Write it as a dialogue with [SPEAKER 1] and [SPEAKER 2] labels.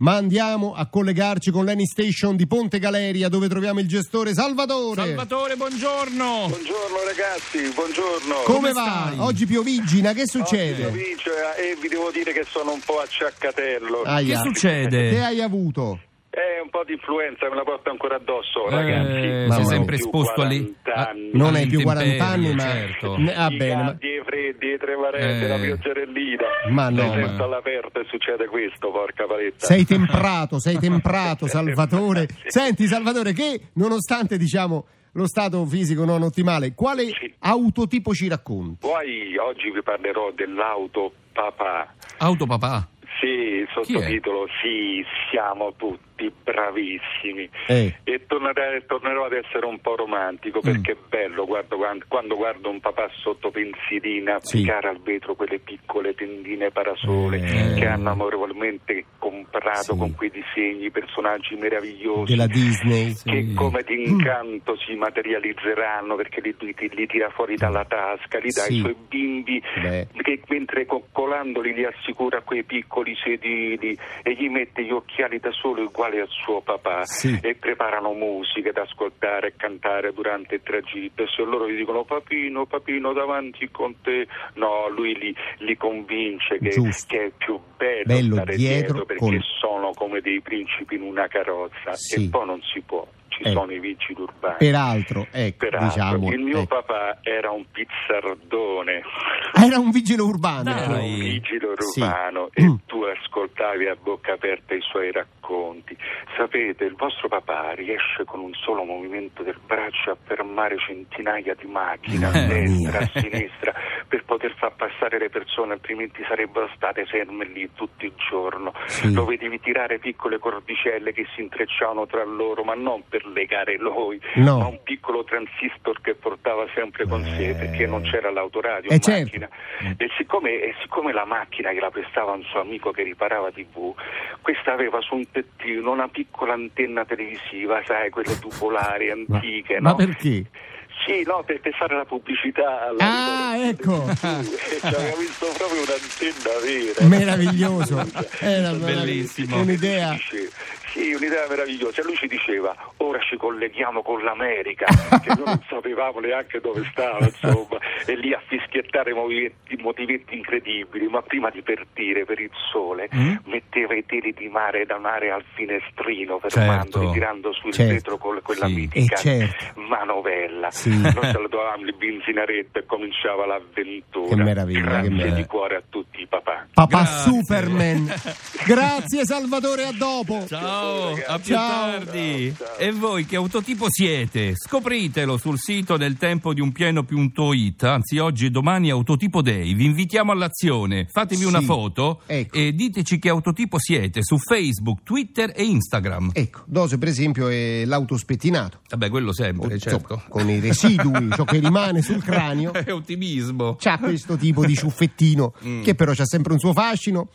[SPEAKER 1] Ma andiamo a collegarci con l'Any Station di Ponte Galeria dove troviamo il gestore Salvatore.
[SPEAKER 2] Salvatore, buongiorno.
[SPEAKER 3] Buongiorno ragazzi, buongiorno.
[SPEAKER 1] Come,
[SPEAKER 2] Come
[SPEAKER 1] va?
[SPEAKER 2] stai?
[SPEAKER 1] Oggi piovigina, che
[SPEAKER 3] Oggi
[SPEAKER 1] succede?
[SPEAKER 3] provincia, eh, e vi devo dire che sono un po' a ciaccatello.
[SPEAKER 1] Aia.
[SPEAKER 2] Che
[SPEAKER 1] Che
[SPEAKER 2] succede?
[SPEAKER 1] hai avuto?
[SPEAKER 3] È un po' di influenza, me la porto ancora addosso, ragazzi.
[SPEAKER 2] Eh,
[SPEAKER 1] Mamma
[SPEAKER 2] sei
[SPEAKER 1] mia. Ah,
[SPEAKER 2] sempre
[SPEAKER 3] Più
[SPEAKER 2] esposto alle
[SPEAKER 3] 40
[SPEAKER 2] a-
[SPEAKER 3] anni.
[SPEAKER 1] Non hai più 40 anni,
[SPEAKER 2] all'intemperie,
[SPEAKER 1] ma
[SPEAKER 2] certo.
[SPEAKER 1] Ne- va
[SPEAKER 3] I
[SPEAKER 1] bene. ma-
[SPEAKER 3] caldi, i freddi, i tremarelli,
[SPEAKER 2] Eh.
[SPEAKER 3] la pioggerellina.
[SPEAKER 1] Ma no,
[SPEAKER 3] Sei
[SPEAKER 1] ma-
[SPEAKER 3] sempre all'aperto e succede questo, porca paletta.
[SPEAKER 1] Sei temprato, sei temprato, Salvatore. Senti, Salvatore, che nonostante diciamo lo stato fisico non ottimale, quale
[SPEAKER 3] Sì.
[SPEAKER 1] autotipo ci racconti?
[SPEAKER 3] Poi oggi vi parlerò dell'auto papà.
[SPEAKER 2] Autopapà.
[SPEAKER 3] Sì, il
[SPEAKER 2] Chi è?
[SPEAKER 3] sottotitolo, sì, siamo tutti bravissimi.
[SPEAKER 1] Eh.
[SPEAKER 3] E tornerò, tornerò ad essere un po'
[SPEAKER 1] Mm.
[SPEAKER 3] romantico perché è bello guardo, quando, quando guardo un papà sotto pensilina
[SPEAKER 1] Sì.
[SPEAKER 3] applicare al vetro quelle piccole tendine parasole
[SPEAKER 1] Eh.
[SPEAKER 3] che hanno amorevolmente comprato
[SPEAKER 1] Sì.
[SPEAKER 3] con quei disegni, personaggi meravigliosi.
[SPEAKER 1] Della Disney? Mm.
[SPEAKER 3] Che come d'incanto si materializzeranno perché li, li- li tira fuori dalla tasca, li dà
[SPEAKER 1] Sì.
[SPEAKER 3] ai suoi bimbi
[SPEAKER 1] Beh.
[SPEAKER 3] che mentre coccolandoli li assicura quei piccoli sedili e gli mette gli occhiali da solo uguali al suo papà
[SPEAKER 1] Sì.
[SPEAKER 3] e preparano musiche da ascoltare e cantare durante il tragitto e se loro gli dicono papino, papino davanti con te no, lui li, li convince che,
[SPEAKER 1] Giusto.
[SPEAKER 3] che è più bello,
[SPEAKER 1] Bello
[SPEAKER 3] stare
[SPEAKER 1] dietro
[SPEAKER 3] dietro,
[SPEAKER 1] con-
[SPEAKER 3] perché sono come dei principi in una carrozza
[SPEAKER 1] Sì.
[SPEAKER 3] e poi non si può, ci
[SPEAKER 1] Eh.
[SPEAKER 3] sono i vigili urbani
[SPEAKER 1] Peraltro, ecco,
[SPEAKER 3] Peraltro,
[SPEAKER 1] diciamo.
[SPEAKER 3] il mio
[SPEAKER 1] ecco.
[SPEAKER 3] papà era un pizzardone
[SPEAKER 1] Ah, Era un vigile urbano.
[SPEAKER 2] Dai.
[SPEAKER 3] era
[SPEAKER 1] allora.
[SPEAKER 3] Ah, un vigile
[SPEAKER 1] eh. Sì.
[SPEAKER 3] urbano
[SPEAKER 1] Mm.
[SPEAKER 3] e tu ascoltavi a bocca aperta i suoi racconti. Sapete, il vostro papà riesce con un solo movimento del braccio a fermare centinaia di macchine a
[SPEAKER 1] Mamma mia.
[SPEAKER 3] destra, a sinistra, per poter far passare le persone, altrimenti sarebbero state ferme lì tutto il giorno.
[SPEAKER 1] Sì.
[SPEAKER 3] Lo vedevi tirare piccole cordicelle che si intrecciavano tra loro, ma non per legare noi,
[SPEAKER 1] No.
[SPEAKER 3] ma un piccolo transistor che portava sempre con
[SPEAKER 1] Eh.
[SPEAKER 3] sé perché non c'era l'autoradio
[SPEAKER 1] Eh,
[SPEAKER 3] in
[SPEAKER 1] certo.
[SPEAKER 3] macchina. E siccome, e siccome la macchina gliela prestava un suo amico che riparava TV, questa aveva su un tettino una piccola antenna televisiva, sai, quelle tubolari
[SPEAKER 1] Ma-
[SPEAKER 3] antiche,
[SPEAKER 1] ma
[SPEAKER 3] no?
[SPEAKER 1] perché?
[SPEAKER 3] Sì, no, per, per fare la pubblicità. alla
[SPEAKER 1] Ah,
[SPEAKER 3] rivoluzione
[SPEAKER 1] ecco.
[SPEAKER 3] del TV. Ci aveva visto proprio un'antenna vera.
[SPEAKER 1] Meraviglioso. Era
[SPEAKER 2] Bellissimo.
[SPEAKER 1] meraviglioso. Un'idea.
[SPEAKER 3] Dice- Sì, un'idea meravigliosa. Lui ci diceva, ora ci colleghiamo con l'America, che noi non sapevamo neanche dove stava, insomma, e lì a fischiettare motivetti, motivetti incredibili, ma prima di partire per il sole
[SPEAKER 2] Mm?
[SPEAKER 3] metteva i teli di mare da mare al finestrino,
[SPEAKER 2] Certo.
[SPEAKER 3] fermando, tirando sul
[SPEAKER 1] Certo.
[SPEAKER 3] vetro con quella
[SPEAKER 2] Sì.
[SPEAKER 1] E
[SPEAKER 3] mitica
[SPEAKER 1] certo.
[SPEAKER 3] manovella.
[SPEAKER 1] Sì.
[SPEAKER 3] Noi salutavamo il benzinaretta e cominciava l'avventura.
[SPEAKER 1] Che meraviglia, che
[SPEAKER 3] Grazie
[SPEAKER 1] meraviglia.
[SPEAKER 3] di cuore a tutti i papà.
[SPEAKER 1] Papà
[SPEAKER 2] Grazie.
[SPEAKER 1] Superman. Grazie Salvatore, a dopo.
[SPEAKER 2] Ciao, a più
[SPEAKER 1] Ciao.
[SPEAKER 2] tardi.
[SPEAKER 3] Ciao, ciao.
[SPEAKER 2] E voi che autotipo siete? Scopritelo sul sito del tempo di un pieno.it, anzi oggi e domani è Autotipo Day. Vi invitiamo all'azione. Fatevi una
[SPEAKER 1] Sì,
[SPEAKER 2] foto
[SPEAKER 1] ecco.
[SPEAKER 2] e diteci che autotipo siete su Facebook, Twitter e Instagram.
[SPEAKER 1] Ecco, Dose per esempio è l'autospettinata.
[SPEAKER 2] Vabbè, quello sempre,
[SPEAKER 1] Oh, Insomma,
[SPEAKER 2] certo.
[SPEAKER 1] con i residui, ciò che rimane sul cranio.
[SPEAKER 2] È ottimismo. Mm.
[SPEAKER 1] C'ha questo tipo di ciuffettino che però c'ha sempre un suo fascino